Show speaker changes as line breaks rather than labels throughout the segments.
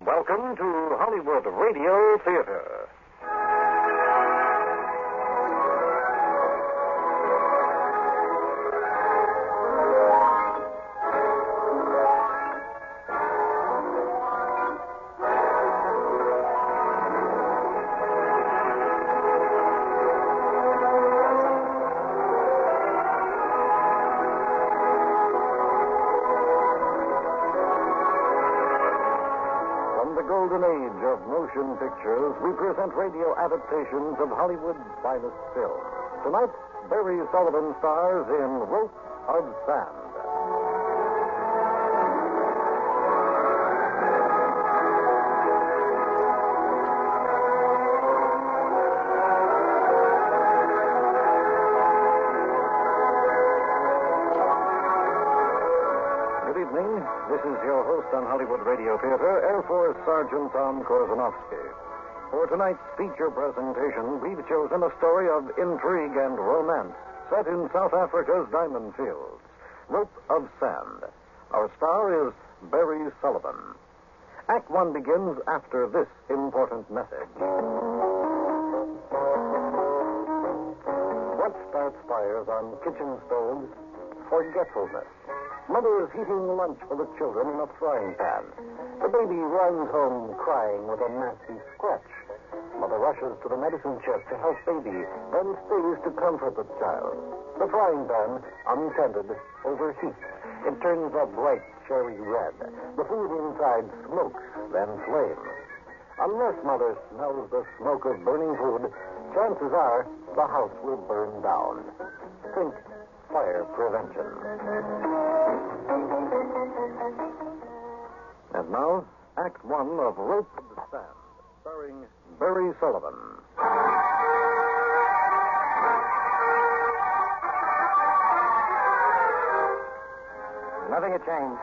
Welcome to Hollywood Radio Theater. From the golden age of motion pictures, we present radio adaptations of Hollywood's finest films. Tonight, Barry Sullivan stars in Rope of Sand. Good evening. This is your host on Hollywood Radio Theater, Air Force Sergeant Tom Korzanovsky. For tonight's feature presentation, we've chosen a story of intrigue and romance set in South Africa's diamond fields, Rope of Sand. Our star is Barry Sullivan. Act one begins after this important message. What starts fires on kitchen stoves? Forgetfulness. Mother is heating lunch for the children in a frying pan. The baby runs home crying with a nasty scratch. Mother rushes to the medicine chest to help baby, then stays to comfort the child. The frying pan, untended, overheats. It turns a bright cherry red. The food inside smokes, then flames. Unless Mother smells the smoke of burning food, chances are the house will burn down. Think fire prevention. And now, Act One of Rope of the Sand, starring Barry Sullivan.
Nothing had changed.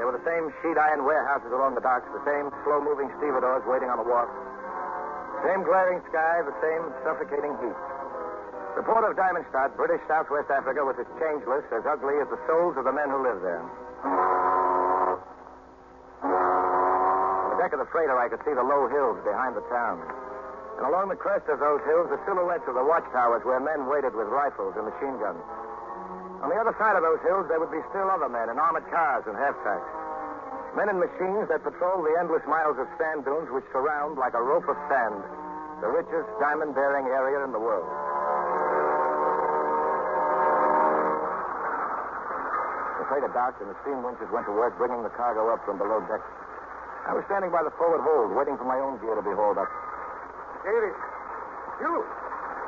They were the same sheet iron warehouses along the docks, the same slow moving stevedores waiting on the wharf, same glaring sky, the same suffocating heat. The port of Diamond Stad, British Southwest Africa, was as changeless, as ugly as the souls of the men who lived there. On the deck of the freighter, I could see the low hills behind the town. And along the crest of those hills, the silhouettes of the watchtowers where men waited with rifles and machine guns. On the other side of those hills, there would be still other men in armored cars and half-tracks. Men and machines that patrol the endless miles of sand dunes which surround, like a rope of sand, the richest diamond-bearing area in the world. The freighter docked and the steam winches went to work bringing the cargo up from below deck. I was standing by the forward hold, waiting for my own gear to be hauled up.
Davis. You.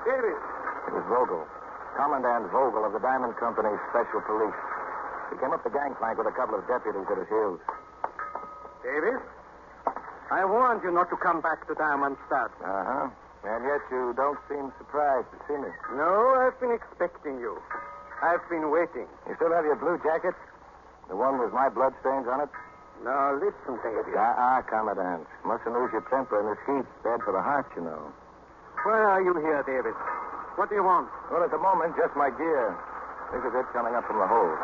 Davis.
It was Vogel, Commandant Vogel of the Diamond Company's Special Police. He came up the gangplank with a couple of deputies at his heels.
Davis. I warned you not to come back to Diamond Stud.
Uh huh. And yet you don't seem surprised to see me.
No, I've been expecting you. I've been waiting.
You still have your blue jacket? The one with my bloodstains on it?
Now listen, Davis.
Ah, uh-uh, Commandant. Mustn't lose your temper in this heat. Bad for the heart, you know.
Why are you here, Davis? What do you want?
Well, at the moment, just my gear. This is it coming up from the hold.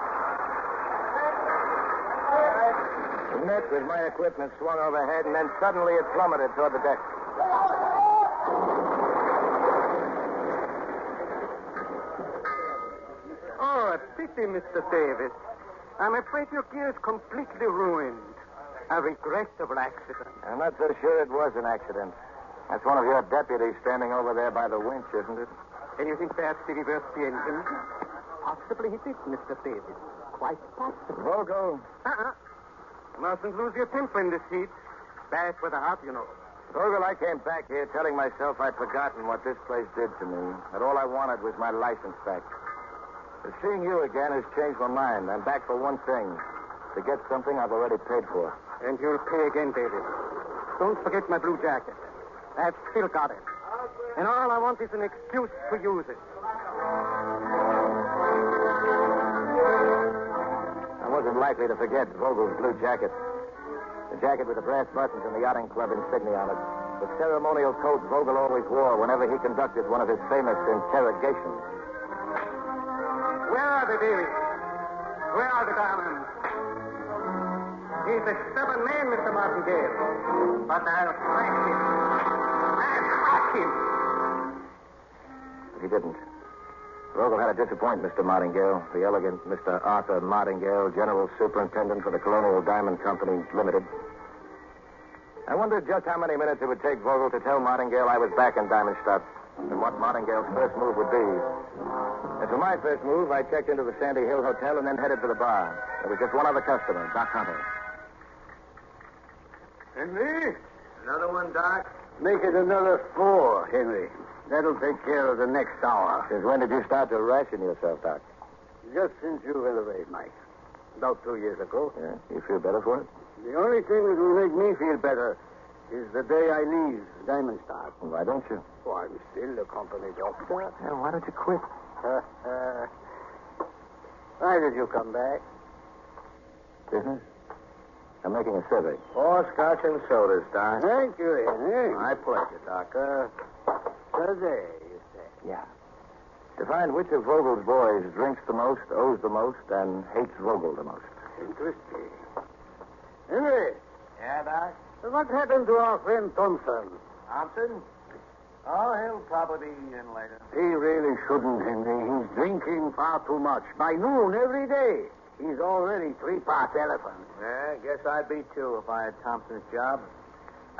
The net with my equipment swung overhead, and then suddenly it plummeted toward the deck.
Oh, a pity, Mr. Davis. I'm afraid your gear is completely ruined. A regrettable accident.
I'm not so sure it was an accident. That's one of your deputies standing over there by the winch, isn't it?
And you think perhaps he reversed the engine? Possibly he did, Mr. Davis. Quite possible.
Vogel,
Uh-uh. You mustn't lose your temper in this heat. Bad for the heart, you know.
Vogel, Oh, I came back here telling myself I'd forgotten what this place did to me, that all I wanted was my license back. But seeing you again has changed my mind. I'm back for one thing to get something I've already paid for.
And you'll pay again, Davis. Don't forget my blue jacket. I've still got it. And all I want is an excuse to use it.
I wasn't likely to forget Vogel's blue jacket. The jacket with the brass buttons and the yachting club insignia on it. The ceremonial coat Vogel always wore whenever he conducted one of his famous interrogations.
Where are the Davies? Where are the diamonds?
He's a stubborn man, Mr. Martingale. But I'll crack him. I'll crack him.
He didn't. Rogel had to disappoint Mr. Martingale, the elegant Mr. Arthur Martingale, General Superintendent for the Colonial Diamond Company Limited. I wondered just how many minutes it would take Vogel to tell Martingale I was back in Diamondstadt and what Martingale's first move would be. As for my first move, I checked into the Sandy Hill Hotel and then headed for the bar. There was just one other customer, Doc Hunter.
Henry?
Another one, Doc?
Make it another four, Henry. That'll take care of the next hour.
Since when did you start to ration yourself, Doc?
Just since you went away, Mike. About two years ago.
Yeah, you feel better for it?
The only thing that will make me feel better is the day I leave Diamond Star.
Why don't you?
For I'm still a company doctor.
Well, why don't you quit?
Uh, Why did you come back?
Business? I'm making a survey.
Four scotch and sodas, Doc. Thank you, Henry. My pleasure, Doc. Uh, today, you say.
Yeah. To find which of Vogel's boys drinks the most, owes the most, and hates Vogel the most.
Interesting. Henry,
Yeah, Doc?
what happened to our friend Thompson?
Thompson? Oh, he'll probably be in later.
He really shouldn't, Henry. He's drinking far too much. By noon every day. He's already three parts elephant.
Yeah, I guess I'd be too if I had Thompson's job.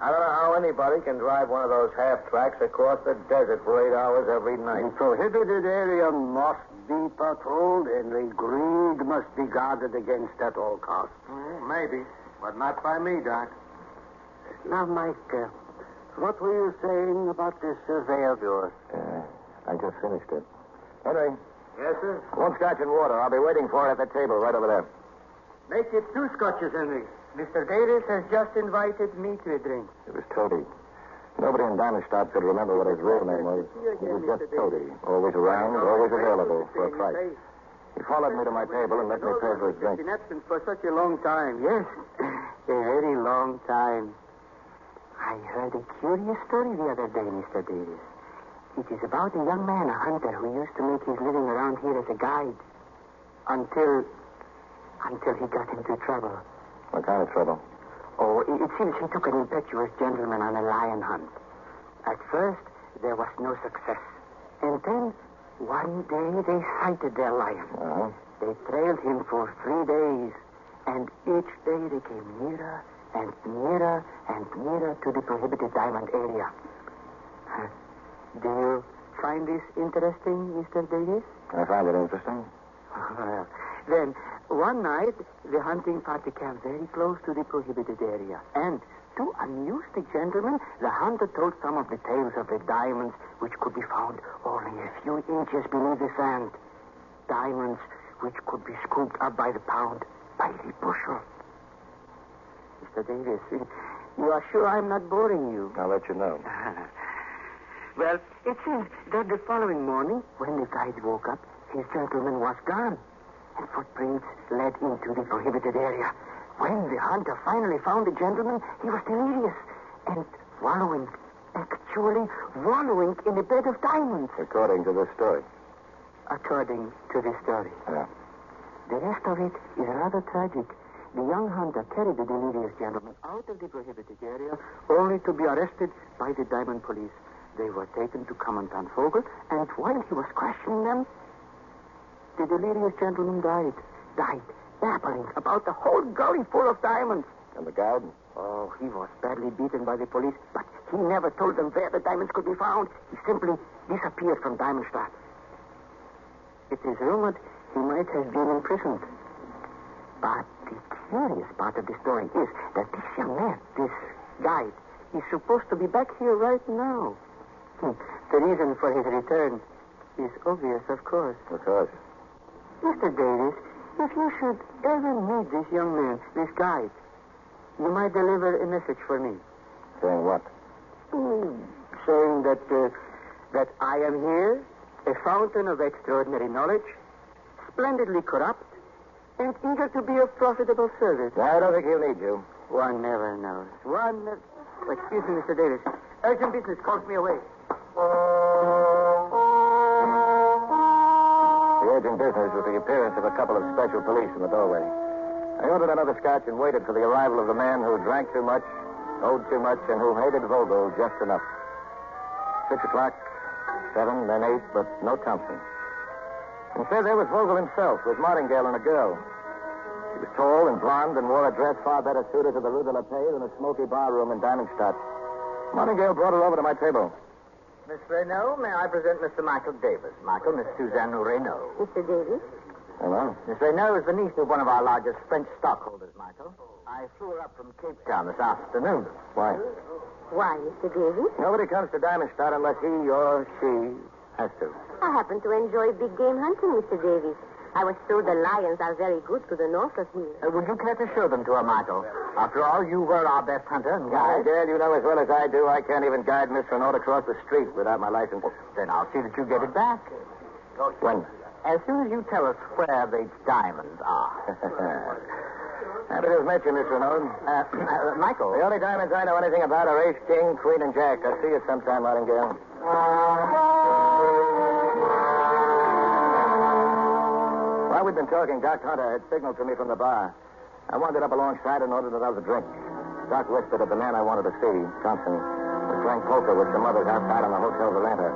I don't know how anybody can drive one of those half tracks across the desert for eight hours every
The
night.
prohibited area must be patrolled, and the greed must be guarded against at all costs.
maybe, but not by me, Doc.
Now, Mike, uh, what were you saying about this survey of yours?
Uh, I just finished it. Henry,
Yes, sir.
one scotch and water. I'll be waiting for it at the table right over there.
Make it two scotches, Henry. Mr. Davis has just invited me to a drink.
It was Toady. Nobody in Diamondstadt could remember what his real name was. He was just Toady, always around, always available for a price. He followed me to my table and let me pay for his drink.
Been absent for such a long time. Yes, a very long time.
I heard a curious story the other day, Mr. Davis. It is about a young man, a hunter, who used to make his living around here as a guide. Until. until he got into trouble.
What kind of trouble?
Oh, it, it seems he took an impetuous gentleman on a lion hunt. At first, there was no success. And then, one day, they sighted their lion.
Uh-huh.
They trailed him for three days, and each day they came nearer and nearer and nearer to the prohibited diamond area. Huh. Do you find this interesting, Mr. Davis?
I find it interesting.
Well, then, one night, the hunting party came very close to the prohibited area. And to amuse the gentleman, the hunter told some of the tales of the diamonds which could be found only a few inches below the sand. Diamonds which could be scooped up by the pound, by the bushel. Mr. Davis, you are sure I'm not boring you?
I'll let you know.
well, it seems that the following morning, when the guide woke up, his gentleman was gone, and footprints led into the prohibited area. When the hunter finally found the gentleman, he was delirious and wallowing, actually wallowing in a bed of diamonds,
According to this story.
according to the story.
Yeah.
The rest of it is rather tragic. The young hunter carried the delirious gentleman out of the prohibited area only to be arrested by the diamond police. They were taken to Commandant Vogel, and while he was questioning them, the delirious gentleman died. Died, babbling about the whole gully full of diamonds.
And the guide?
Oh, he was badly beaten by the police, but he never told them where the diamonds could be found. He simply disappeared from Diamondstadt. It is rumored he might have been imprisoned. But the curious part of the story is that this young man, this guide, is supposed to be back here right now. Hmm. The reason for his return is obvious, of course.
Of course.
Mr. Davis, if you should ever meet this young man, this guide, you might deliver a message for me.
Saying what?
Hmm, saying that uh, that I am here, a fountain of extraordinary knowledge, splendidly corrupt, and eager to be of profitable service.
No, I don't think he'll need you.
One never knows. One never... Excuse me, Mr. Davis. Urgent business calls me away.
The urgent business was the appearance of a couple of special police in the doorway. I ordered another scotch and waited for the arrival of the man who drank too much, owed too much, and who hated Vogel just enough. Six o'clock, seven, then eight, but no Thompson. Instead, there was Vogel himself with Martingale and a girl. She was tall and blonde and wore a dress far better suited to the Rue de la Paix than a smoky bar room in Diamondstadt. Martingale brought her over to my table.
Miss Renault, may I present Mr. Michael Davis? Michael, Miss Suzanne Renault.
Mr. Davis?
Hello.
Miss Renault is the niece of one of our largest French stockholders, Michael. I flew her up from Cape Town this afternoon.
Why?
Why, Mr. Davis?
Nobody comes to Diamondstadt unless he or she has to.
I happen to enjoy big game hunting, Mr. Davis. I was told the lions are very good to the north of here.
Uh, would you care to show them to her, Michael? After all, you were our best hunter and guide.
Martingale, you know as well as I do, I can't even guide Miss Renault across the street without my license.
Then I'll see that you get it back.
When?
As soon as you tell us where the diamonds are.
Happy to have met you, Miss Renault.
Uh, uh, Michael.
The only diamonds I know anything about are Ace, King, Queen, and Jack. I'll see you sometime, Martingale. While we'd been talking, Doc Hunter had signaled to me from the bar. I wandered up alongside and ordered another drink. Doc whispered of the man I wanted to see, Johnson, was playing poker with some others outside on the Hotel veranda.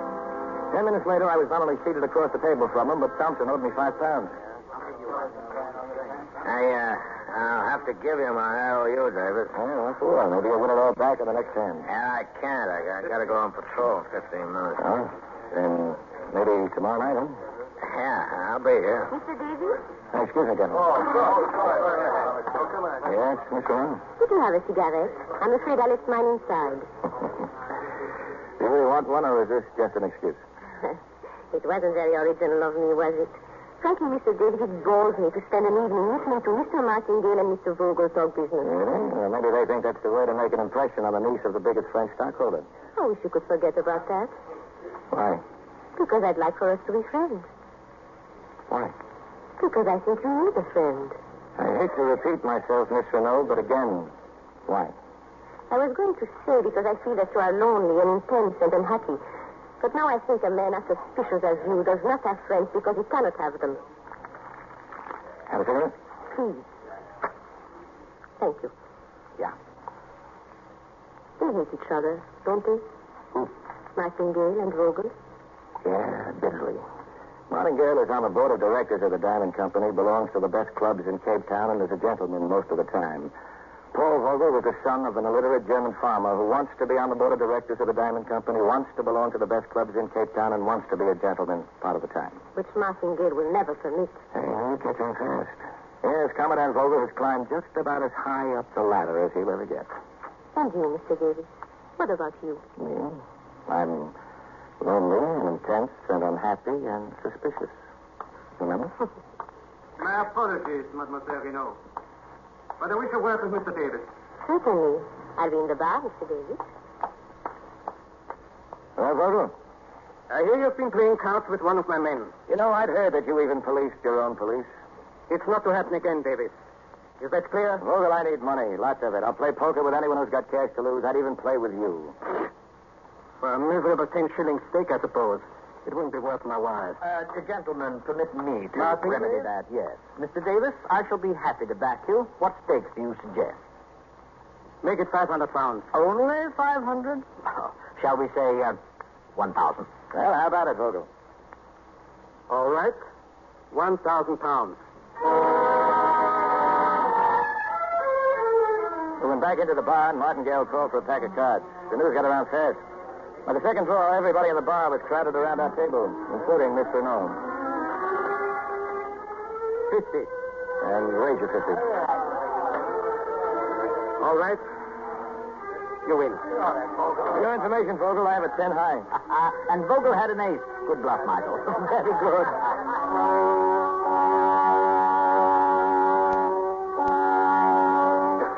Ten minutes later, I was not only seated across the table from him, but Thompson owed me five pounds.
I, uh, I'll have to give you my IOU, Davis.
Well, that's all. Maybe you'll win it all back in the next hand.
Yeah, I can't. I, I gotta go on patrol in 15 minutes.
Huh? Then maybe tomorrow night, huh?
Yeah, I'll be here.
Mr. Davis?
Oh, excuse me, gentlemen.
Oh, sorry.
oh,
come on.
Yes, Miss Renault.
Would you have a cigarette? I'm afraid I left mine inside.
Do you really want one, or is this just an excuse?
It wasn't very original of me, was it? Frankly, Mr. Davis, it bores me to spend an evening listening to Mr. Martingale and Mr. Vogel talk business.
Really? Mm-hmm. Well, maybe they think that's the way to make an impression on the niece of the biggest French stockholder.
I wish you could forget about that,
Why?
because I'd like for us to be friends.
Why?
Because I think you need a friend.
I hate to repeat myself, Miss Renault, but again, why?
I was going to say because I feel that you are lonely and intense and unhappy. But now I think a man as suspicious as you does not have friends because he cannot have them.
Have a cigarette?
Please. Thank you.
Yeah.
They hate each other, don't they? Martingale and Vogel.
Yeah, bitterly. Martingale is on the board of directors of the Diamond Company, belongs to the best clubs in Cape Town, and is a gentleman most of the time. Paul Vogel was the son of an illiterate German farmer who wants to be on the board of directors of the Diamond Company, wants to belong to the best clubs in Cape Town, and wants to be a gentleman part of the time.
Which Martingale will never permit.
Hey, you get on Mm, fast. Yes, Commandant Vogel has climbed just about as high up the ladder as he'll ever get.
And you, Mr. Davis. What about you?
Me? I'm lonely and intense and unhappy and suspicious. Remember?
My apologies, Mademoiselle Renault. But I wish a word with Mr. Davis.
Certainly. Are we in the bar, Mr. Davis?
Well, Vogel,
I hear you've been playing cards with one of my men.
you know, I'd heard that you even policed your own police.
It's not to happen again, Davis. Is that clear?
Vogel, I need money, lots of it. I'll play poker with anyone who's got cash to lose. I'd even play with you.
For a miserable ten shilling stake, I suppose. It wouldn't be worth my while.
Uh, gentlemen, permit me to
Martin
remedy
Davis?
that, yes. Mr. Davis, I shall be happy to back you. What stakes do you suggest?
Make it 500 pounds.
Only 500? Oh, shall we say, uh, 1,000?
Well, how about it, Vogel?
All right. 1,000 pounds.
We went back into the bar, and Martingale called for a pack of cards. The news got around fast. By the second draw, everybody in the bar was crowded around our table, including Miss Renault.
50.
And wage officials.
All right. You win.
For your information, Vogel, I have a 10 high.
Uh, and Vogel had an ace. Good bluff, Michael.
Very good.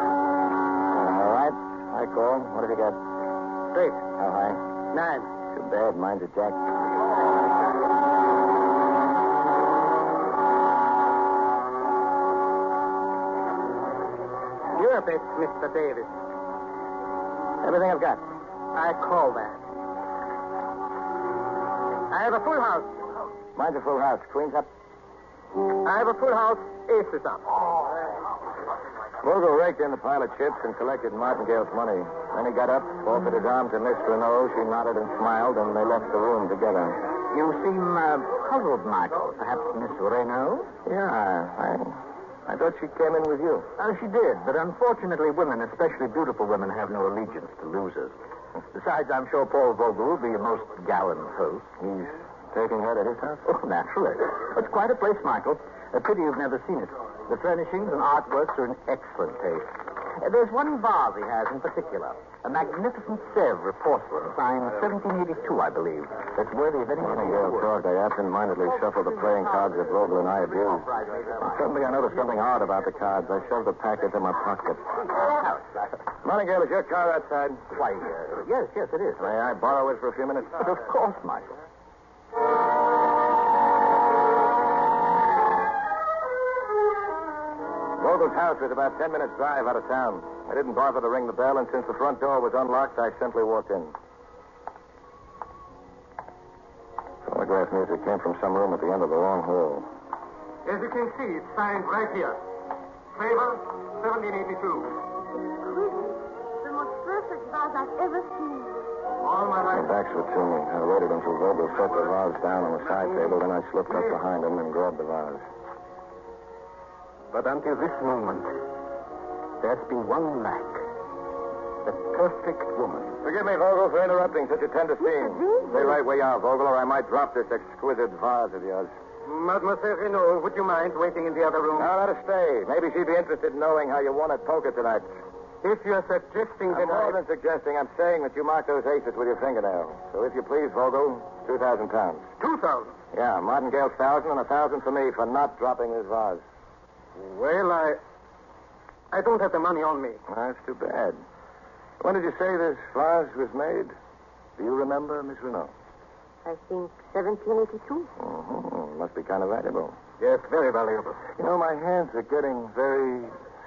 All right. I call. What have you got?
Six.
How high?
Nine.
Too bad. Mine's a jack.
You're a bet, Mr. Davis.
Everything I've got.
I call that. I have a full house.
Mine's a full house. Queen's up.
I have a full house. Ace is up.
Bogle raked in the pile of chips and collected Martingale's money. Then he got up, offered his arm to Miss Renault. She nodded and smiled, and they left the room together.
You seem uh, puzzled, Michael. Perhaps Miss Renault?
Yeah, I, I thought she came in with you.
Oh, she did, but unfortunately, women, especially beautiful women, have no allegiance to losers. Besides, I'm sure Paul Vogel will be a most gallant host.
He's taking her to his house?
Oh, naturally. It's quite a place, Michael. A pity you've never seen it. The furnishings and artworks are in excellent taste. Uh, There's one vase he has in particular, a magnificent Sèvres porcelain, signed 1782, I believe, that's worthy of any
Martingale talked. I absentmindedly shuffled the playing cards that Vogel and I had used. And suddenly, I noticed something odd about the cards. I shoved the package in my pocket. Martingale, is your car outside?
Why, uh, yes, yes, it is.
May I borrow it for a few minutes?
Of course, Michael.
Vogel's house was about ten minutes' drive out of town. I didn't bother to ring the bell, and since the front door was unlocked, I simply walked in. Telegraph music came from some room at the end of the long hall.
As you can see, it's signed right here. Favor 1782.
The most perfect vase I've ever seen.
All my
My
life.
backs were to me. I waited until Vogel set the vase down on the side table, then I slipped up behind him and grabbed the vase.
But until this moment, there's been one lack. The perfect woman.
Forgive me, Vogel, for interrupting such a tender scene. Stay right where you are, Vogel, or I might drop this exquisite vase of yours.
Mademoiselle Renault, would you mind waiting in the other room?
Now let her stay. Maybe she'd be interested in knowing how you won at poker tonight.
If you're suggesting
I'm
that I...
more than suggesting. I'm saying that you marked those aces with your fingernail. So if you please, Vogel, 2,000 pounds.
2,000.
Yeah, Martingale's 1,000 and a 1,000 for me for not dropping this vase.
Well, I... I don't have the money on me.
That's too bad. When did you say this vase was made? Do you remember, Miss Renault?
I think 1782.
Mm-hmm. Must be kind of valuable.
Yes, very valuable.
You know, my hands are getting very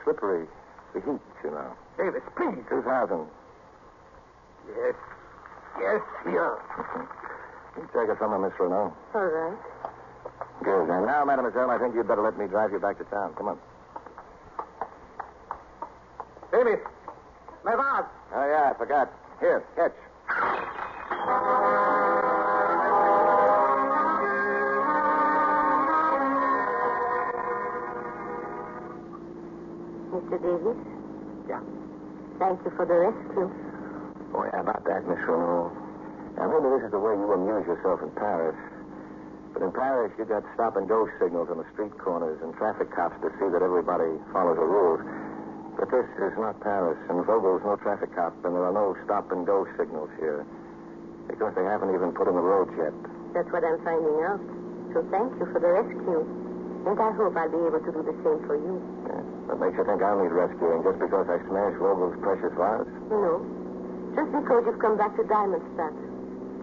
slippery. The heat, you know.
Davis, please.
2,000.
Yes. Yes, here.
You take it from her, Miss Renault.
All right.
Good. And now, mademoiselle, I think you'd better let me drive you back to town. Come on.
Davis, my vase.
Oh, yeah, I forgot. Here, catch.
Mr. Davis?
Yeah.
Thank you for the rescue.
Oh, yeah, about that, Miss Renault. Now, maybe this is the way you amuse yourself in Paris. But in Paris, you got stop and go signals on the street corners and traffic cops to see that everybody follows the rules. But this is not Paris, and Vogel's no traffic cop, and there are no stop and go signals here. Because they haven't even put in the roads yet.
That's what I'm finding out. So thank you for the rescue. And I hope I'll be able to do the same for you.
Yeah. What makes you think I'll need rescuing just because I smashed Vogel's precious vase?
No. Just because you've come back to Diamond Stud.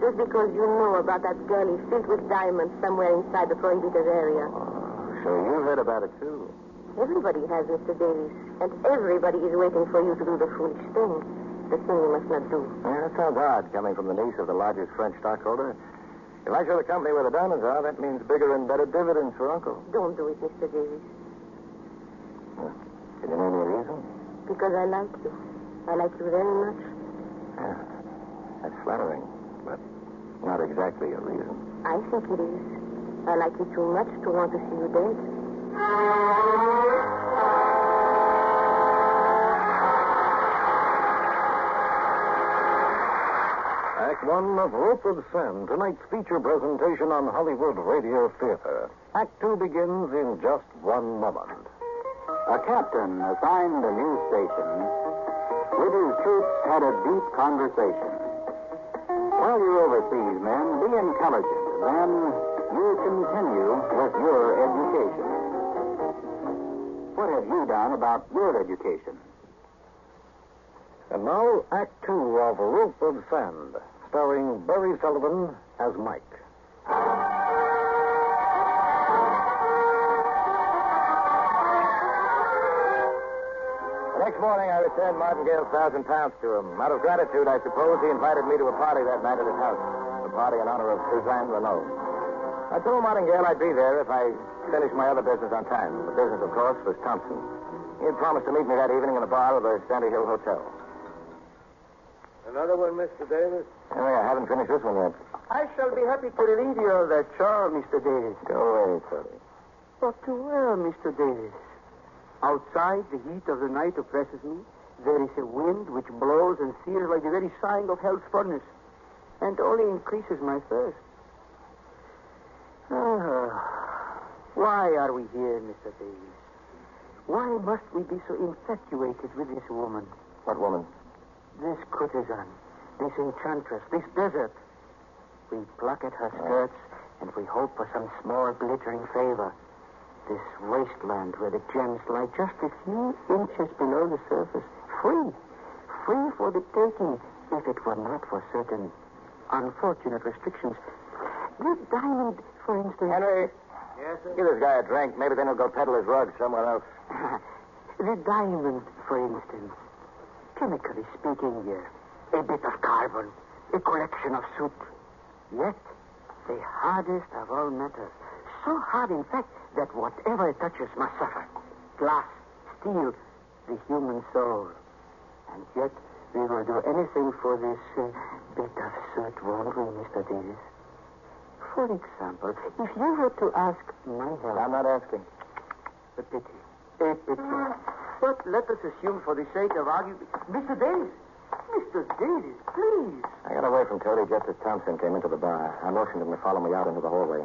Just because you know about that gully filled with diamonds somewhere inside the prohibited area.
Oh, So you heard about it, too.
Everybody has, Mr. Davies. And everybody is waiting for you to do the foolish thing. The thing you must not do.
Yeah, that sounds odd coming from the niece of the largest French stockholder. If I show the company where the diamonds are, that means bigger and better dividends for Uncle.
Don't do it, Mr. Davies.
Can you name me a reason?
Because I like you. I like you very much.
Yeah. That's flattering, but not exactly a reason.
I think it is. I like you too much to want to see you dead.
Act one of Rope of Sam, tonight's feature presentation on Hollywood Radio Theater. Act two begins in just one moment.
A captain assigned a news station with his troops had a deep conversation. While you overseas men, be intelligent, and then you continue with your education. What have you done about your education?
And now, Act two of Rope of Sand, starring Barry Sullivan as Mike.
The next morning, I returned Martingale's thousand pounds to him. Out of gratitude, I suppose, he invited me to a party that night at his house. A party in honor of Suzanne Renault. I told Martingale I'd be there if I finished my other business on time. The business, of course, was Thompson. He had promised to meet me that evening in the bar of the Sandy Hill Hotel.
Another one, Mr. Davis?
Anyway, Oh, I haven't finished this one yet.
I shall be happy to relieve you of that charm, Mr. Davis.
Go away, Tony.
But to where, Mr. Davis? Outside, the heat of the night oppresses me. There is a wind which blows and sears like the very sign of hell's furnace, and only increases my thirst. Ah, why are we here, Mr. Davis? Why must we be so infatuated with this woman,
What woman?
this courtesan, this enchantress, this desert? We pluck at her skirts, and we hope for some small glittering favor. This wasteland where the gems lie just a few inches below the surface, free, free for the taking, if it were not for certain unfortunate restrictions. This diamond, for instance.
Henry,
Yes, sir.
give this guy a drink. Maybe then he'll go peddle his rug somewhere else.
the diamond, for instance. Chemically speaking, yes. A bit of carbon, a collection of soot. Yet, the hardest of all metals. So hard, in fact, that whatever it touches must suffer. Glass, steel, the human soul. And yet, we will do anything for this uh, bit of soot, won't we, Mr. Davis? For example, if you were to ask my help...
I'm not asking.
A pity. A pity. But let us assume for the sake of argument. Mr. Davis! Mr. Davis, please!
I got away from Cody just as Thompson came into the bar. I motioned him to follow me out into the hallway.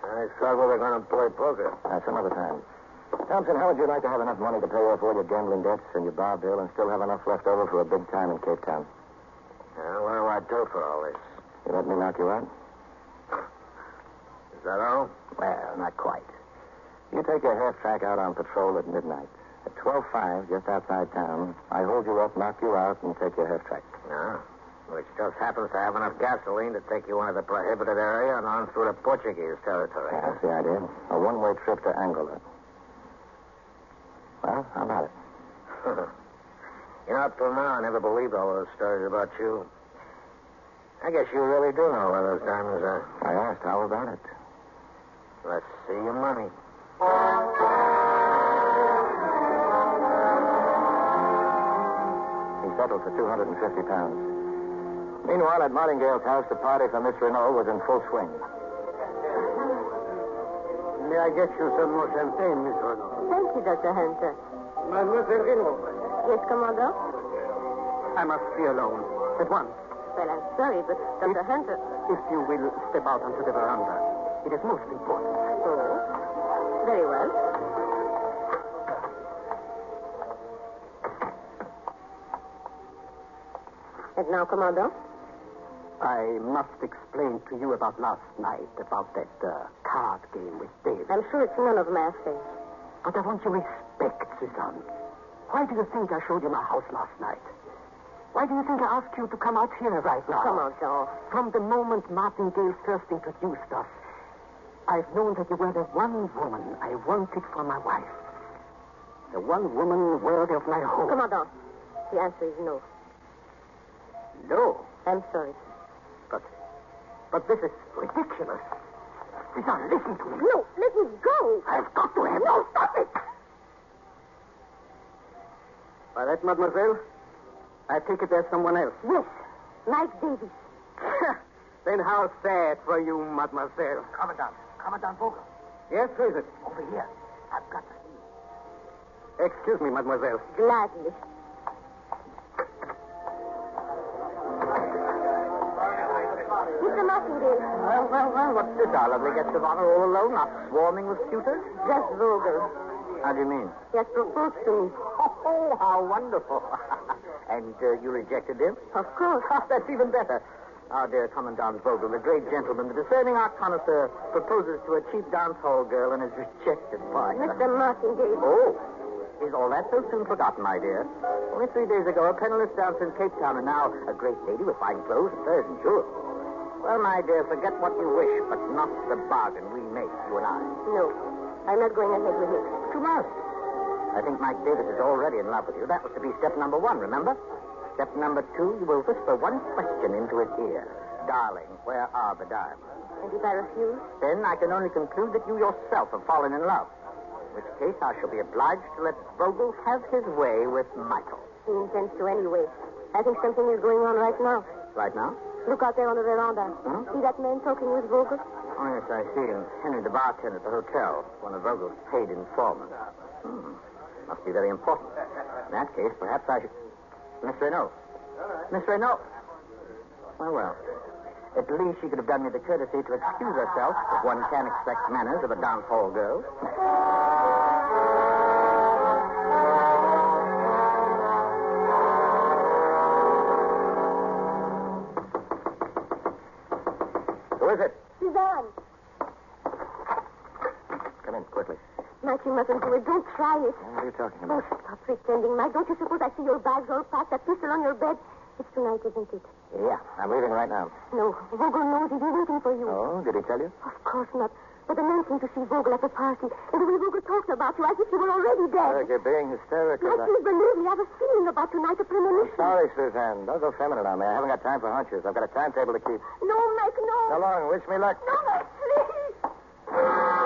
I thought we were going to play poker.
That's some other time. Thompson, how would you like to have enough money to pay off all your gambling debts and your bar bill and still have enough left over for a big time in Cape Town?
Now, what do I do for all this?
You let me knock you out?
Is that all?
Well, not quite. You take your half track out on patrol at midnight. At 12.5, just outside town, I hold you up, knock you out, and take your half track.
No. Which just happens to have enough gasoline to take you into the prohibited area and on through to Portuguese territory.
Yeah, that's the idea. A one-way trip to Angola. Well, how about it?
you know, up till now, I never believed all those stories about you. I guess you really do know where those diamonds are.
I asked, how about it?
Let's see your money.
He settled for 250 pounds. Meanwhile, at Martingale's house, the party for Miss Renault was in full swing.
May I get you some more champagne, Miss Renault?
Thank you, Dr. Hunter.
Mademoiselle Renault.
Yes, Commodore?
I must be alone. At once,
Well, I'm sorry, but Dr. Hunter.
if you will step out onto the veranda. It is most important.
Oh. Very well. And now, Commodore?
I must explain to you about last night, about that uh, card game with David.
I'm sure it's none of my affair.
But I want your respect, Suzanne. Why do you think I showed you my house last night? Why do you think I asked you to come out here right now?
Commodore.
From the moment Martingale first introduced us, I've known that you were the one woman I wanted for my wife. The one woman worthy of my home.
Commodore. The answer is no.
No,
I'm sorry.
but, but this is ridiculous. Suzanne, listen to me.
No, let me go.
I've got to have no stop it. By that, mademoiselle, I take it there's someone else.
Yes, Mike Davies.
then how sad for you, mademoiselle.
Commandant, Commandant Vogel,
Yes, who is it?
over here. I've got to see you.
Excuse me, mademoiselle.
Gladly. Mr. Martingale,
Well, well, well, what's this? Our lovely get together all alone, not swarming with suitors?
just Vogel.
How do you mean?
He has proposed to me.
Oh, oh how wonderful. and uh, you rejected him?
Of course.
Ah, That's even better. Our dear Commandant Vogel, the great gentleman, the discerning art connoisseur, proposes to a cheap dance hall girl and is rejected by her.
Mr. Martingale.
Oh, is all that so soon forgotten, my dear? Only three days ago, a penniless dancer in Cape Town, and now a great lady with fine clothes, furs, and jewels. Well, my dear, forget what you wish, but not the bargain we make, you and I.
No, I'm not going ahead with it.
But you must. I think Mike Davis is already in love with you. That was to be step number one, remember? Step number two, you will whisper one question into his ear. Darling, where are the diamonds?
And if I refuse,
Then I can only conclude that you yourself have fallen in love. which case I shall be obliged to let Vogel have his way with Michael.
He intends to anyway. I think something is going on right now.
Right now?
Look out there on the veranda. See that man talking with Vogel?
Oh, yes, I see him. Henry, the bartender at the hotel, one of Vogel's paid informants. Hmm. Must be very important. In that case, perhaps I should. Miss Renault. Miss Renault. Well, well. At least she could have done me the courtesy to excuse herself, if one can expect manners of a dance hall girl.
Who is it?
Suzanne,
Come in quickly.
Mike, you mustn't do it. Don't try it.
What are you talking
Oh,
about?
stop pretending, Mike. Don't you suppose I see your bags all packed, that pistol on your bed? It's tonight, isn't it?
Yeah, I'm leaving right now.
No, Vogel knows it. He's waiting for you.
Oh, did he tell you?
Of course not. But the man came to see Vogel at the party, and the way Vogel talked about you, as if you were already
Eric,
dead.
you're being hysterical.
Mike,
I-
please believe me. I have a feeling about tonight, a premonition.
Sorry, Suzanne. Don't go feminine on me. I haven't got time for hunches. I've got a timetable to keep.
No, Mike, no.
So long. Wish me luck.
No, Mike, please.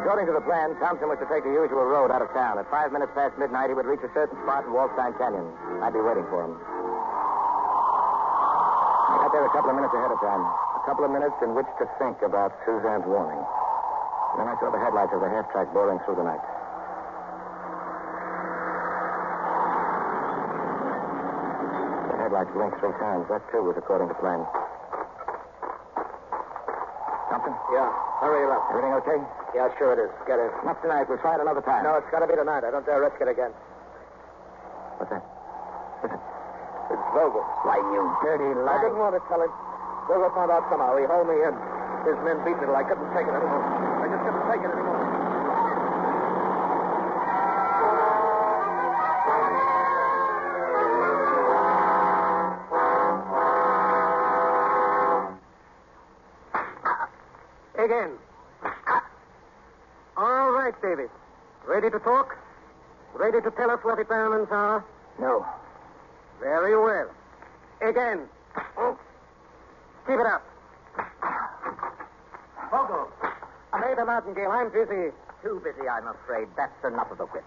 According to the plan, Thompson was to take the usual road out of town. At five minutes past midnight, he would reach a certain spot in Wallstein Canyon. I'd be waiting for him. I got there a couple of minutes ahead of time. A couple of minutes in which to think about Suzanne's warning. And then I saw the headlights of the half track boring through the night. The headlights blinked three times. That, too, was according to plan. Thompson?
Yeah. Hurry it up.
Everything okay?
Yeah, sure it is. Get it.
Not tonight. We'll try it another time.
No, it's got to be tonight. I don't dare risk it again.
What's that?
It's Vogel.
Why, you dirty
I didn't want to tell him. Vogel found out somehow. He hauled me in. His men beat me till I couldn't take it anymore. I just couldn't take it anymore. Again. All right, David. Ready to talk? Ready to tell us what the diamonds are?
No.
Very well. Again. Oh. Keep it up. Vogel, play the martingale. I'm busy.
Too busy, I'm afraid. That's enough of the whip.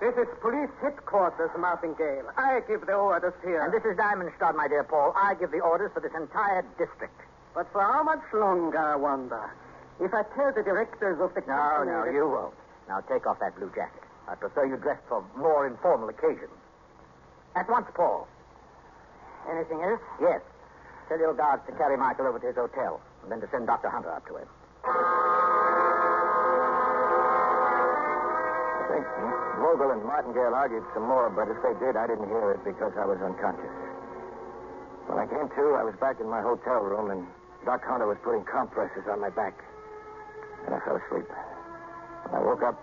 This is police headquarters, martingale. I give the orders here.
And this is Diamondstadt, my dear Paul. I give the orders for this entire district.
But for how much longer, I wonder? If I tell the directors of the
No,
company...
no,
that-
you won't. Now take off that blue jacket. I prefer you dressed for more informal occasions. At once, Paul.
Anything else?
Yes. Tell your guards to carry Michael over to his hotel, and then to send Dr. Hunter up to him.
I think Vogel and Martingale argued some more, but if they did, I didn't hear it because I was unconscious. When I came to, I was back in my hotel room, and Doc Hunter was putting compresses on my back. And I fell asleep. When I woke up,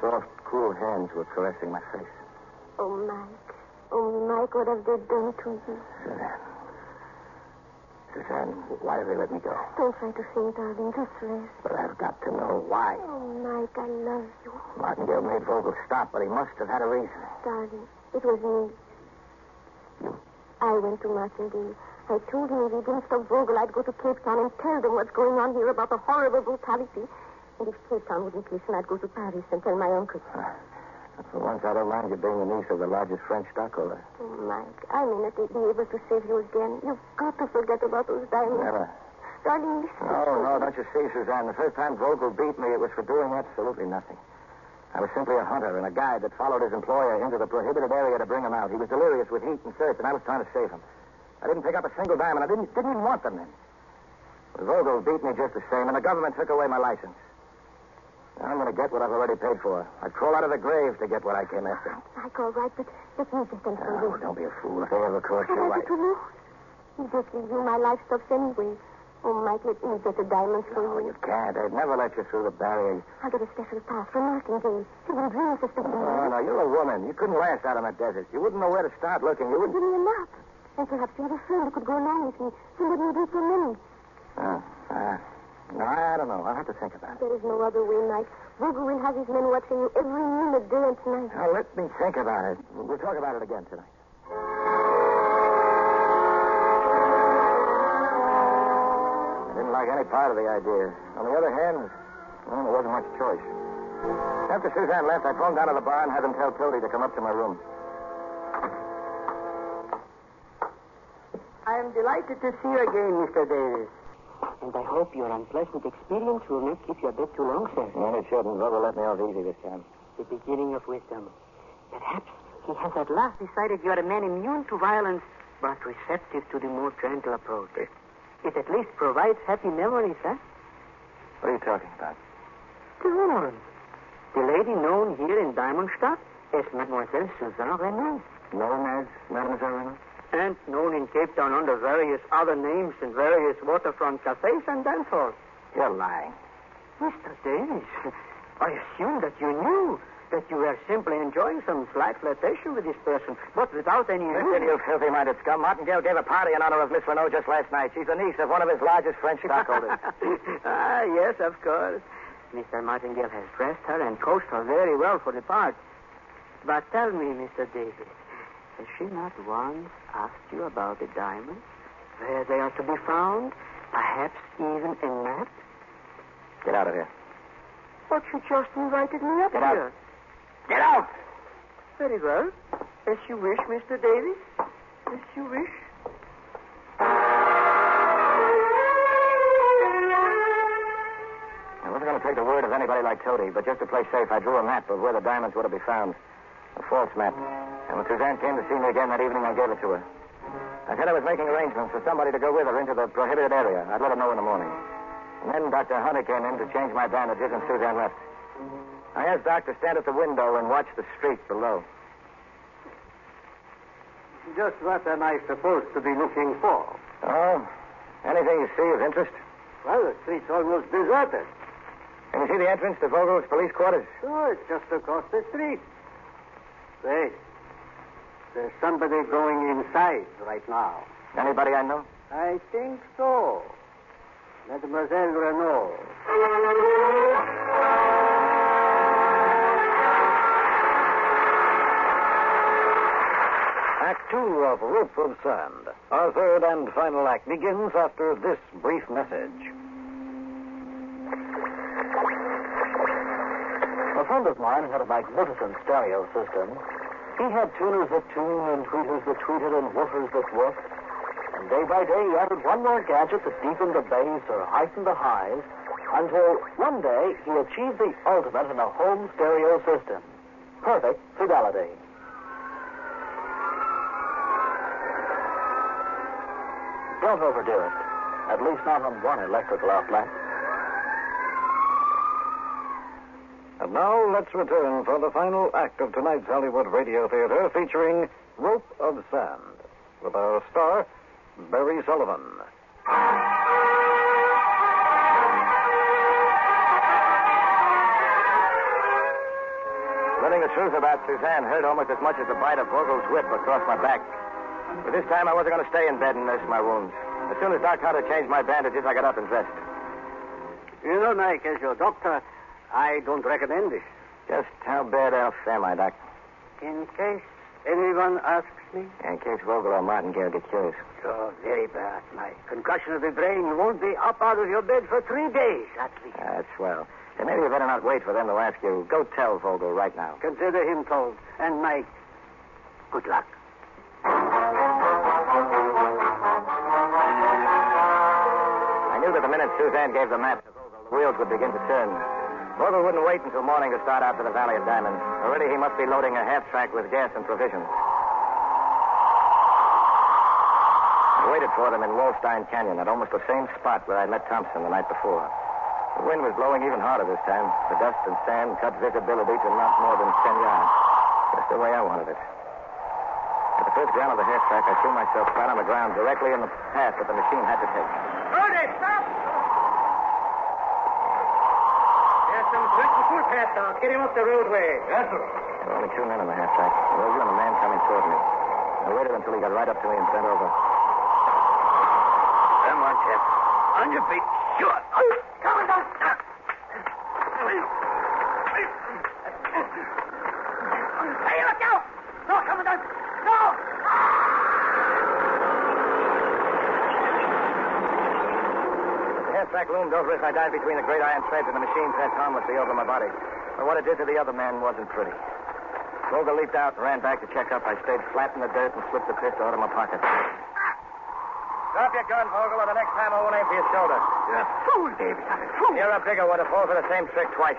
soft, cool hands were caressing my face.
Oh, Mike. Oh, Mike, what have they done to you?
Suzanne. Suzanne, why did they let me go?
Don't try to think, darling. Just rest.
But I've got to know why.
Oh, Mike, I love you,
Martingale made Vogel stop, but he must have had a reason.
darling. It was me. I went to Martindale. I told him if he didn't stop Vogel, I'd go to Cape Town and tell them what's going on here about the horrible brutality. And if Cape Town wouldn't listen, I'd go to Paris and tell my uncle.
Uh, For once, I don't mind you being the niece of the largest French stockholder.
Oh, Mike, I may not be able to save you again. You've got to forget about those diamonds.
Never.
Darling, listen.
No, Oh, no, don't you see, Suzanne? The first time Vogel beat me, it was for doing absolutely nothing. I was simply a hunter and a guide that followed his employer into the prohibited area to bring him out. He was delirious with heat and thirst, and I was trying to save him. I didn't pick up a single diamond. I didn't, didn't even want them then. But Vogel beat me just the same, and the government took away my license. Now I'm going to get what I've already paid for. I'd crawl out of the grave to get what I came after.
Mike, all right, but let me get them for you.
Oh, don't be a fool. If they ever caught
What
you,
have
I...
I got to lose? If Just leave you, my life stops anyway. Oh, Mike, let me get the diamonds for
Oh,
you.
you can't. They'd never let you through the barrier.
I'll get a special pass from Martingale. He will bring us a special
Oh,
pass.
no, you're a woman. You couldn't last out in the desert. You wouldn't know where to start looking. You
Give
wouldn't.
me a map. And perhaps you have a friend who could go along with me. He would need it for money.
Uh, uh, no, I don't know. I'll have to think about it.
There is no other way, Mike. Vogel will have his men watching you every minute, day and night.
Now, let me think about it. We'll talk about it again tonight. I didn't like any part of the idea. On the other hand, well, there wasn't much choice. After Suzanne left, I phoned down to the bar and had them tell Tildy to come up to my room.
I am delighted to see you again, Mr. Davis. And I hope your unpleasant experience will not keep you a bit too long, sir.
And it shouldn't. Brother let me off easy this time.
The beginning of wisdom. Perhaps he has at last decided you are a man immune to violence, but receptive to the more gentle approach. It at least provides happy memories, eh?
What are you talking about?
Suzanne. The lady known here in Diamondstadt as Mademoiselle Suzanne Renault.
Known as Mademoiselle Renault?
and known in Cape Town under various other names in various waterfront cafes and dance halls.
You're lying.
Mr. Davis, I assume that you knew that you were simply enjoying some slight flirtation with this person, but without any...
Listen, you filthy-minded scum. Martingale gave a party in honor of Miss Renault just last night. She's the niece of one of his largest French stockholders.
ah, yes, of course. Mr. Martingale has dressed her and coached her very well for the part. But tell me, Mr. Davis, has she not once asked you about the diamonds? Where they are to be found? Perhaps even a map?
Get out of here.
But she just invited me up
Get out.
here.
Get out!
Very well. As you wish, Mr. Davis. As you wish.
I wasn't going to take the word of anybody like Toady, but just to play safe, I drew a map of where the diamonds were to be found. A false map. And when Suzanne came to see me again that evening, I gave it to her. I said I was making arrangements for somebody to go with her into the prohibited area. I'd let her know in the morning. And then Dr. Hunter came in to change my bandages, and Suzanne left. I asked Doc to stand at the window and watch the street below.
Just what am I supposed to be looking for?
Oh, anything you see of interest?
Well, the street's almost deserted.
Can you see the entrance to Vogel's police quarters?
Sure, it's just across the street. Wait. There's somebody going inside right now.
Anybody I know?
I think so. Mademoiselle Renault.
Act two of Rope of Sand, our third and final act, begins after this brief message. A friend of mine had a magnificent stereo system. He had tuners that tune and tweeters that tweeted and woofers that woofed. And day by day he added one more gadget that deepened the bass or heightened the highs until one day he achieved the ultimate in a home stereo system. Perfect fidelity. Don't overdo it. At least not on one electrical outlet. And now let's return for the final act of tonight's Hollywood Radio Theater featuring Rope of Sand with our star, Barry Sullivan.
Learning the truth about Suzanne hurt almost as much as the bite of Vogel's whip across my back. But this time I wasn't going to stay in bed and nurse my wounds. As soon as Doc Hunter changed my bandages, I got up and dressed.
You know, Mike, as your doctor, I don't recommend this.
Just how bad off am I, Doc?
In case anyone asks me.
In case Vogel or Martingale get curious.
You're Oh, very bad, Mike. Concussion of the brain. You won't be up out of your bed for three days, at least.
That's well. Then maybe you better not wait for them to ask you. Go tell Vogel right now.
Consider him told. And, Mike, good luck.
I knew that the minute Suzanne gave the map to Vogel, the wheels would begin to turn. Vogel wouldn't wait until morning to start out for the Valley of Diamonds. Already he must be loading a half track with gas and provisions. I waited for them in Wolstein Canyon at almost the same spot where I met Thompson the night before. The wind was blowing even harder this time. The dust and sand cut visibility to not more than ten yards. Just the way I wanted it. At the first ground of the half track, I threw myself flat on the ground directly in the path that the machine had to take.
Bernie, stop! There's some drinking food past now. Get him up the roadway. Yes, sir.
There were only two men on the half track. A Rover and a man coming toward me. I waited until he got right up to me and bent over.
Come on, Chap. On your feet. Sure. Come on, Doc. Hey, look out! No, Commandant! No!
I fact loomed over us. I dived between the great iron treads and the machine passed harmlessly over my body. But what it did to the other man wasn't pretty. Vogel leaped out and ran back to check up. I stayed flat in the dirt and slipped the pistol out of my pocket. Drop your gun, Vogel, or the next time I won't aim for your shoulder. You're a fool, David. You're a fool. You're a bigger one to fall for the same trick twice.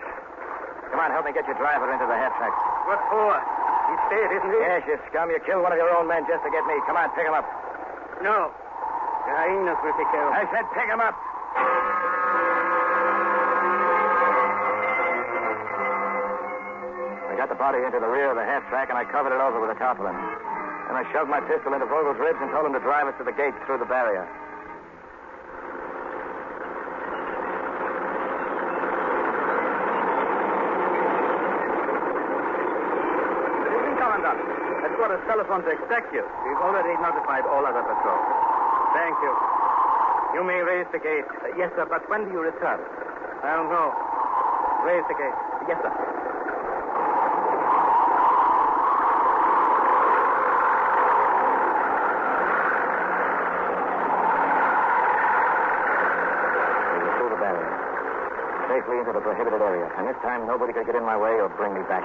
Come on, help me get your driver into the half track. What for? He's dead, isn't he? Yes, you scum. You killed one of your own men just to get me. Come on, pick him up.
No. The hyenas will take care of
I said pick him up. I got the body into the rear of the half track and I covered it over with a tarpaulin. And I shoved my pistol into Vogel's ribs and told him to drive us to the gate through the barrier.
Good evening, Commandant. Headquarters telephone to expect you. We've already notified all other patrols. Thank you. You may raise the gate. Uh, yes, sir, but when do you return? I don't know. Raise the gate. Yes, sir.
We were through the barrier, safely into the prohibited area, and this time nobody could get in my way or bring me back.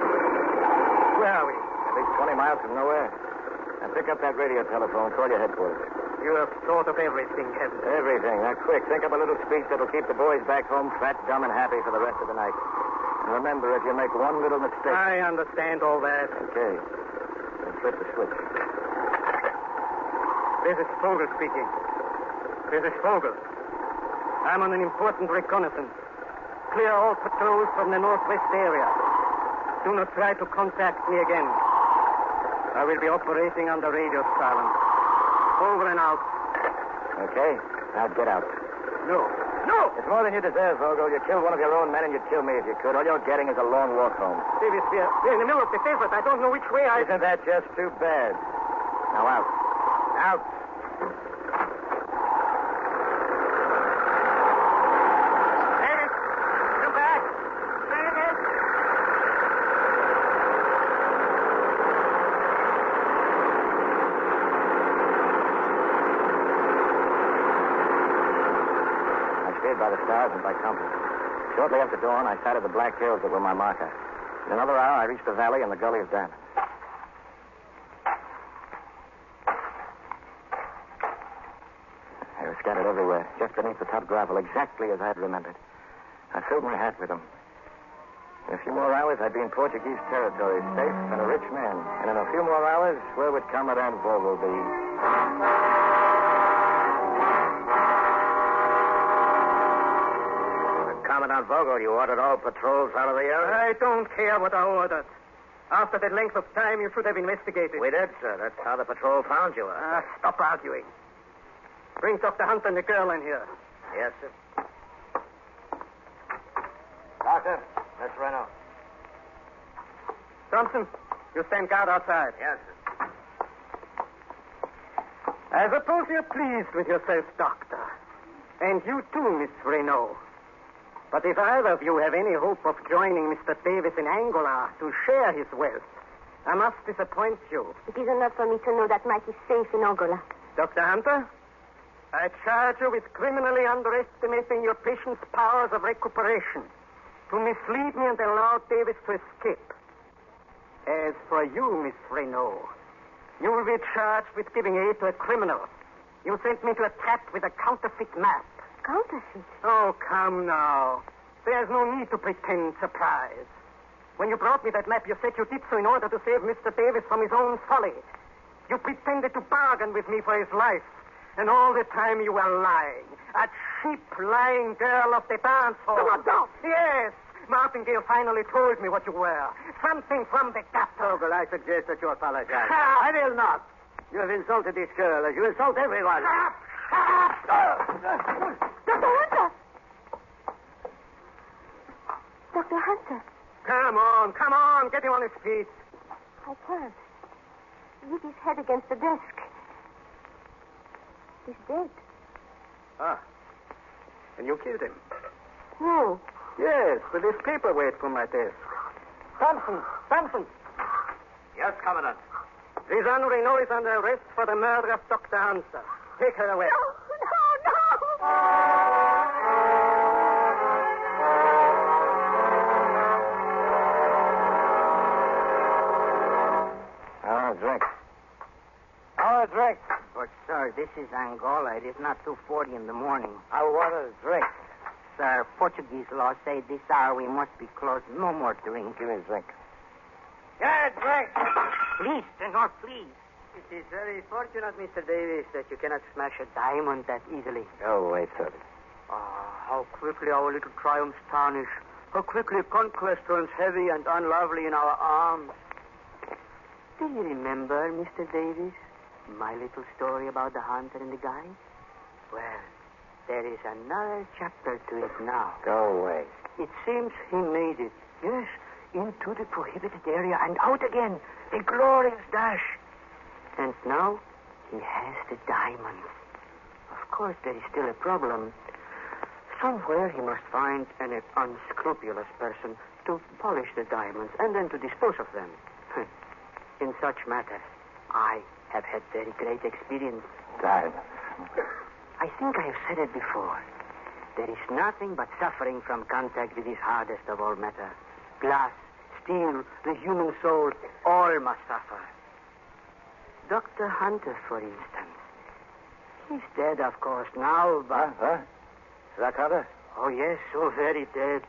Where are we? At least 20 miles from nowhere. Now pick up that radio telephone. Call your headquarters.
You have thought of everything, haven't you?
Everything. Now, quick, think up a little speech that'll keep the boys back home fat, dumb, and happy for the rest of the night. And remember, if you make one little mistake...
I understand all that.
Okay. Then flip the switch.
This is Vogel speaking. This is Vogel. I'm on an important reconnaissance. Clear all patrols from the northwest area. Do not try to contact me again. I will be operating under radio Oh, silence. Over and out.
Okay? Now get out.
No. No!
It's more than you deserve, Vogel. You killed one of your own men, and you'd kill me if you could. All you're getting is a long walk home.
Davis, we are, we are in the middle of the desert. I don't know which way I.
Isn't that just too bad? Now out. Out.
Davis! Come back! Davis!
I steered by the stars and by compass. Shortly after dawn, I sighted the black hills that were my marker. In another hour, I reached the valley and the gully of diamonds. They were scattered everywhere, just beneath the top gravel, exactly as I had remembered. I filled my hat with them. In a few more hours, I'd be in Portuguese territory, safe and a rich man. And in a few more hours, where would Commandant Vogel be?
Commandant Vogel, you ordered all patrols out of the area?
I don't care what I ordered. After that length of time, you should have investigated.
We did, sir. That's how the patrol found you.
Ah, stop arguing. Bring Dr. Hunt and the girl in here.
Yes, sir. Doctor, Miss Renault.
Thompson, you stand guard outside.
Yes, sir.
I suppose you're pleased with yourself, Doctor. And you too, Miss Renault. But if either of you have any hope of joining Mr. Davis in Angola to share his wealth, I must disappoint you.
It is enough for me to know that Mike is safe in Angola.
Dr. Hunter, I charge you with criminally underestimating your patient's powers of recuperation, to mislead me and allow Davis to escape. As for you, Miss Renault, you will be charged with giving aid to a criminal. You sent me to attack with a counterfeit map.
Counterfeit.
Oh, come now. There's no need to pretend surprise. When you brought me that map, you said you did so in order to save Mr. Davis from his own folly. You pretended to bargain with me for his life, and all the time you were lying. A cheap, lying girl of the dance hall.
Commandant!
Yes! Martingale finally told me what you were. Something from the gut.
Vogel, I suggest that you apologize.
Ah!
I will not. You have insulted this girl as you insult everyone.
Ah!
Dr. Hunter! Dr. Hunter,
Come on, come on, get him on his feet.
I can't. Hit his head against the desk. He's dead.
Ah. And you killed him?
No.
Yes, with this paperweight from my desk. Thompson, Thompson,
Yes, Commandant.
Susanne Renault is under arrest for the murder of Dr. Hanser. Take her away.
No, no!
Ah, drink.
Our drink. But, sir, this is Angola. It is not 2.40 in the morning.
I want a drink.
Sir, Portuguese law say this hour we must be closed. No more drink.
Give me a drink.
Yeah, drink.
Please, senor, please.
It is very fortunate, Mr. Davis, that you cannot smash a diamond that easily.
Oh, wait, sir.
Ah, how quickly our little triumphs tarnish. How quickly conquest turns heavy and unlovely in our arms.
Do you remember, Mr. Davis, my little story about the hunter and the guy? Well, there is another chapter to it now.
Go away.
It seems he made it. Yes, into the prohibited area and out again. A glorious dash. And now he has the diamond. Of course, there is still a problem. Somewhere he must find an unscrupulous person to polish the diamonds and then to dispose of them. In such matters, I have had very great experience.
Diamond.
I think I have said it before. There is nothing but suffering from contact with this hardest of all matter. Glass, steel, the human soul, all must suffer. Dr. Hunter, for instance. He's dead, of course, now,
Huh?
but.
Huh? Zakata?
Oh, yes, so very dead.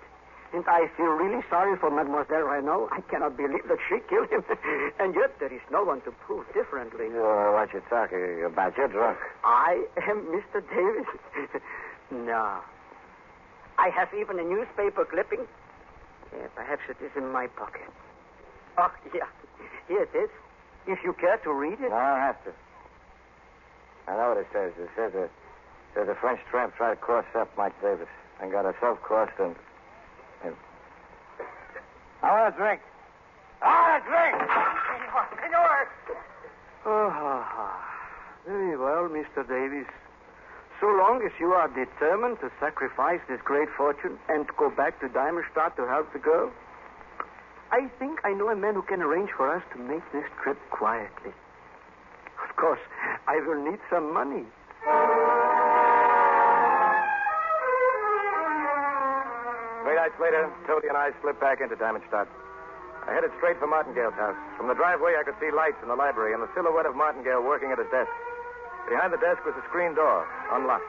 And I feel really sorry for Mademoiselle Renault. I cannot believe that she killed him. and yet there is no one to prove differently.
You don't know what you're talking about. You're drunk.
I am Mr. Davis. no. I have even a newspaper clipping. Yeah, perhaps it is in my pocket. Oh, yeah. Here it is. If you care to read it.
No, I don't have to. I know what it says. It says that there's a French tramp tried to cross up Mike Davis and got herself crossed and. and... I want a drink. I want a drink!
Ah, very well, Mr. Davis. So long as you are determined to sacrifice this great fortune and go back to Diamondstadt to help the girl, I think I know a man who can arrange for us to make this trip quietly. Of course, I will need some money.
Three nights later, Toby and I slipped back into Diamondstadt. I headed straight for Martingale's house. From the driveway, I could see lights in the library and the silhouette of Martingale working at his desk. Behind the desk was a screen door, unlocked.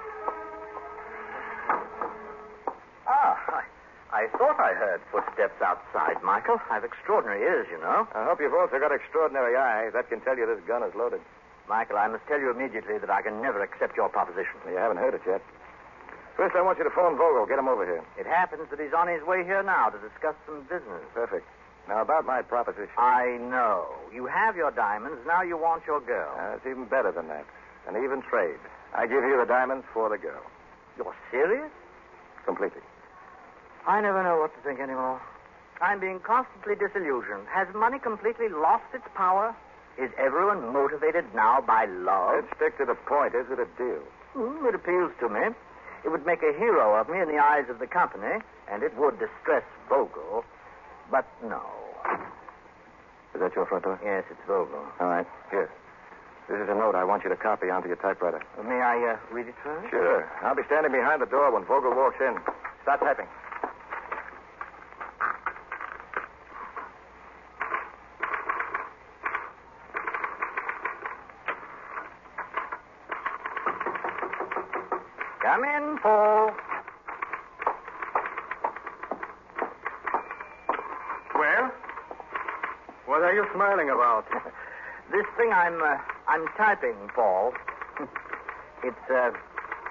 Ah, I, I thought I heard footsteps outside, Michael. I've extraordinary ears, you know.
I hope you've also got extraordinary eyes. That can tell you this gun is loaded.
Michael, I must tell you immediately that I can never accept your proposition.
You haven't heard it yet. First, I want you to phone Vogel. Get him over here.
It happens that he's on his way here now to discuss some business.
Perfect. Now, about my proposition.
I know. You have your diamonds. Now you want your girl.
Uh, it's even better than that. An even trade. I give you the diamonds for the girl.
You're serious?
Completely.
I never know what to think anymore. I'm being constantly disillusioned. Has money completely lost its power? Is everyone motivated now by love?
Let's stick to the point. Is it a deal?
Mm, it appeals to me. It would make a hero of me in the eyes of the company, and it would distress Vogel. But no.
Is that your front door?
Yes, it's Vogel.
All right. Here. This is a note I want you to copy onto your typewriter.
May I uh, read it first?
Sure. I'll be standing behind the door when Vogel walks in. Start typing.
Come in, Paul.
Well, what are you smiling about?
This thing I'm uh, I'm typing, Paul. it's uh,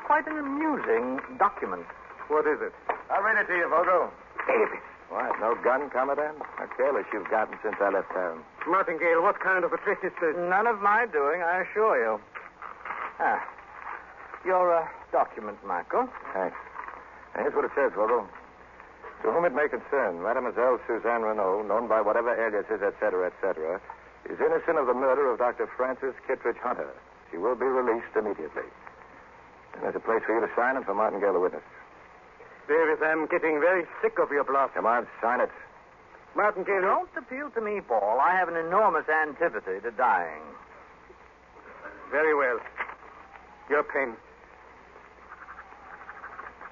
quite an amusing document.
What is it?
I'll read it to you, Vogel.
Davis.
What? No gun, Commandant? How careless you've gotten since I left town.
Martingale, what kind of a trick is this?
None of my doing, I assure you. Ah, your uh, document, Michael.
Thanks. And here's what it says, Vogel. To whom it may concern, Mademoiselle Suzanne Renault, known by whatever aliases, etc., etc., is innocent of the murder of Dr. Francis Kittredge Hunter. She will be released immediately. And there's a place for you to sign and for Martingale to witness.
Davis, I'm getting very sick of your bluff.
Come on, sign it.
Martingale,
Don't appeal to me, Paul. I have an enormous antipathy to dying.
Very well. Your pen.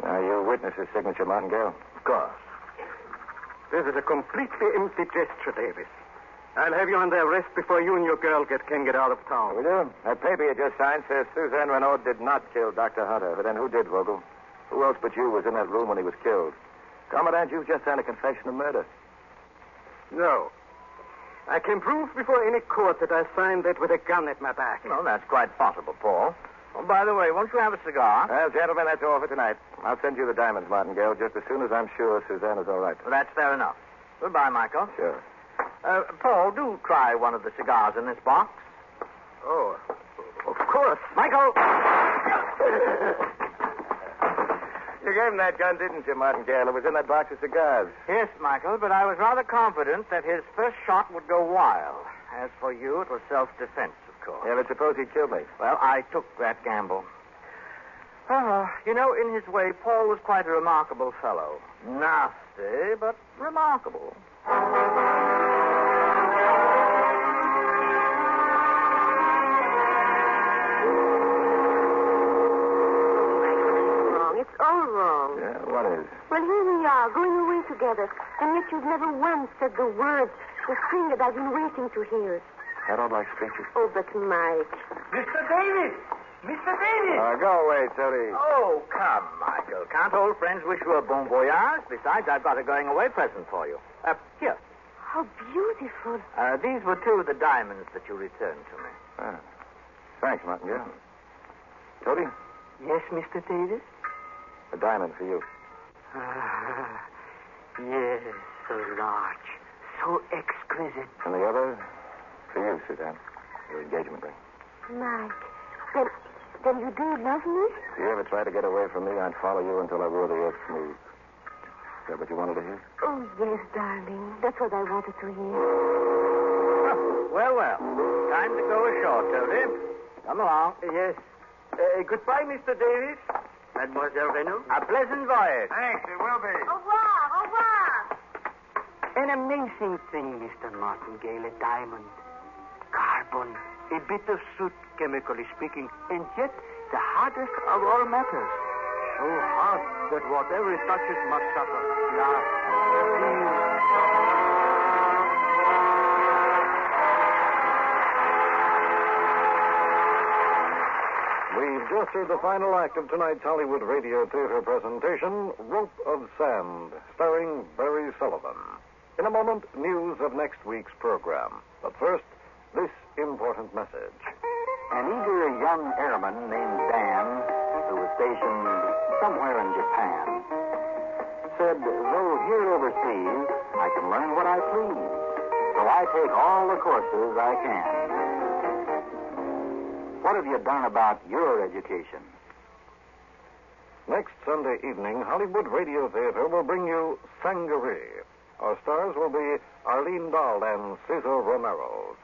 Now, you witness his signature, Martingale.
Of course. This is a completely empty gesture, Davis. I'll have you under arrest before you and your girl get, can get out of town.
Will you? That paper you just signed says Suzanne Renaud did not kill Dr. Hunter. But then who did, Vogel? Who else but you was in that room when he was killed? Commandant, you've just signed a confession of murder.
No. I can prove before any court that I signed that with a gun at my back.
Well, that's quite possible, Paul.
Oh, by the way, won't you have a cigar?
Well, gentlemen, that's all for tonight. I'll send you the diamonds, Martingale, just as soon as I'm sure Suzanne is all right.
Well, that's fair enough. Goodbye, Michael.
Sure.
Uh, Paul, do try one of the cigars in this box.
Oh, of course.
Michael!
You gave him that gun, didn't you, Martingale? It was in that box of cigars.
Yes, Michael, but I was rather confident that his first shot would go wild. As for you, it was self defense, of course.
Yeah, but suppose he killed me.
Well, I took that gamble. Oh, you know, in his way, Paul was quite a remarkable fellow. Nasty, but remarkable.
It's all wrong.
Yeah, what is?
Well, here we are, going away together. And yet you've never once said the word, the thing that I've been waiting to hear.
I don't like speeches.
Oh, but Mike.
Mr. Davis! Mr. Davis!
Uh, go away, Tony.
Oh, come, Michael. Can't old friends wish you a bon voyage? Besides, I've got a going away present for you. Uh, here.
How beautiful.
Uh, these were two of the diamonds that you returned to me.
Ah. Thanks, Martingale. Tony,
Yes, Mr. Davis?
a diamond for you.
Ah, yes, so large, so exquisite.
And the other for you, Suzanne. Your engagement ring.
Mike. Then, then you do love me?
If you ever tried to get away from me, I'd follow you until I wore the earth smooth. Is that what you wanted to hear?
Oh, yes, darling. That's what I wanted to hear.
Well, well. Time to go ashore, Toby. Come along.
Yes. Uh, goodbye, Mr. Davis. Mademoiselle Renault.
A pleasant voyage.
Thanks, it will be.
Au revoir, au revoir.
An amazing thing, Mr. Martingale, a diamond. Carbon, a bit of soot, chemically speaking, and yet the hardest of all matters. So hard that whatever it touches must suffer. Glass, steel.
We've just heard the final act of tonight's Hollywood Radio Theater presentation, Rope of Sand, starring Barry Sullivan. In a moment, news of next week's program. But first, this important message.
An eager young airman named Dan, who was stationed somewhere in Japan, said, Though here overseas, I can learn what I please. So I take all the courses I can. What have you done about your education?
Next Sunday evening, Hollywood Radio Theater will bring you Sangaree. Our stars will be Arlene Dahl and Cesar Romero.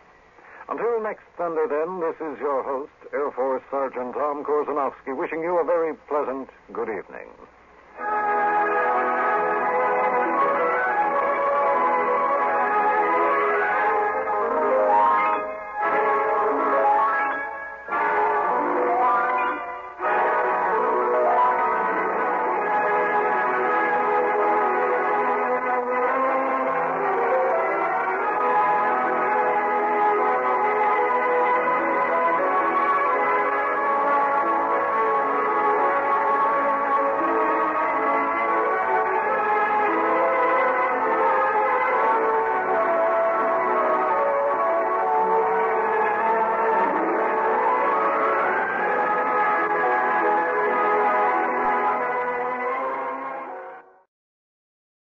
Until next Sunday, then, this is your host, Air Force Sergeant Tom Korzenowski, wishing you a very pleasant good evening.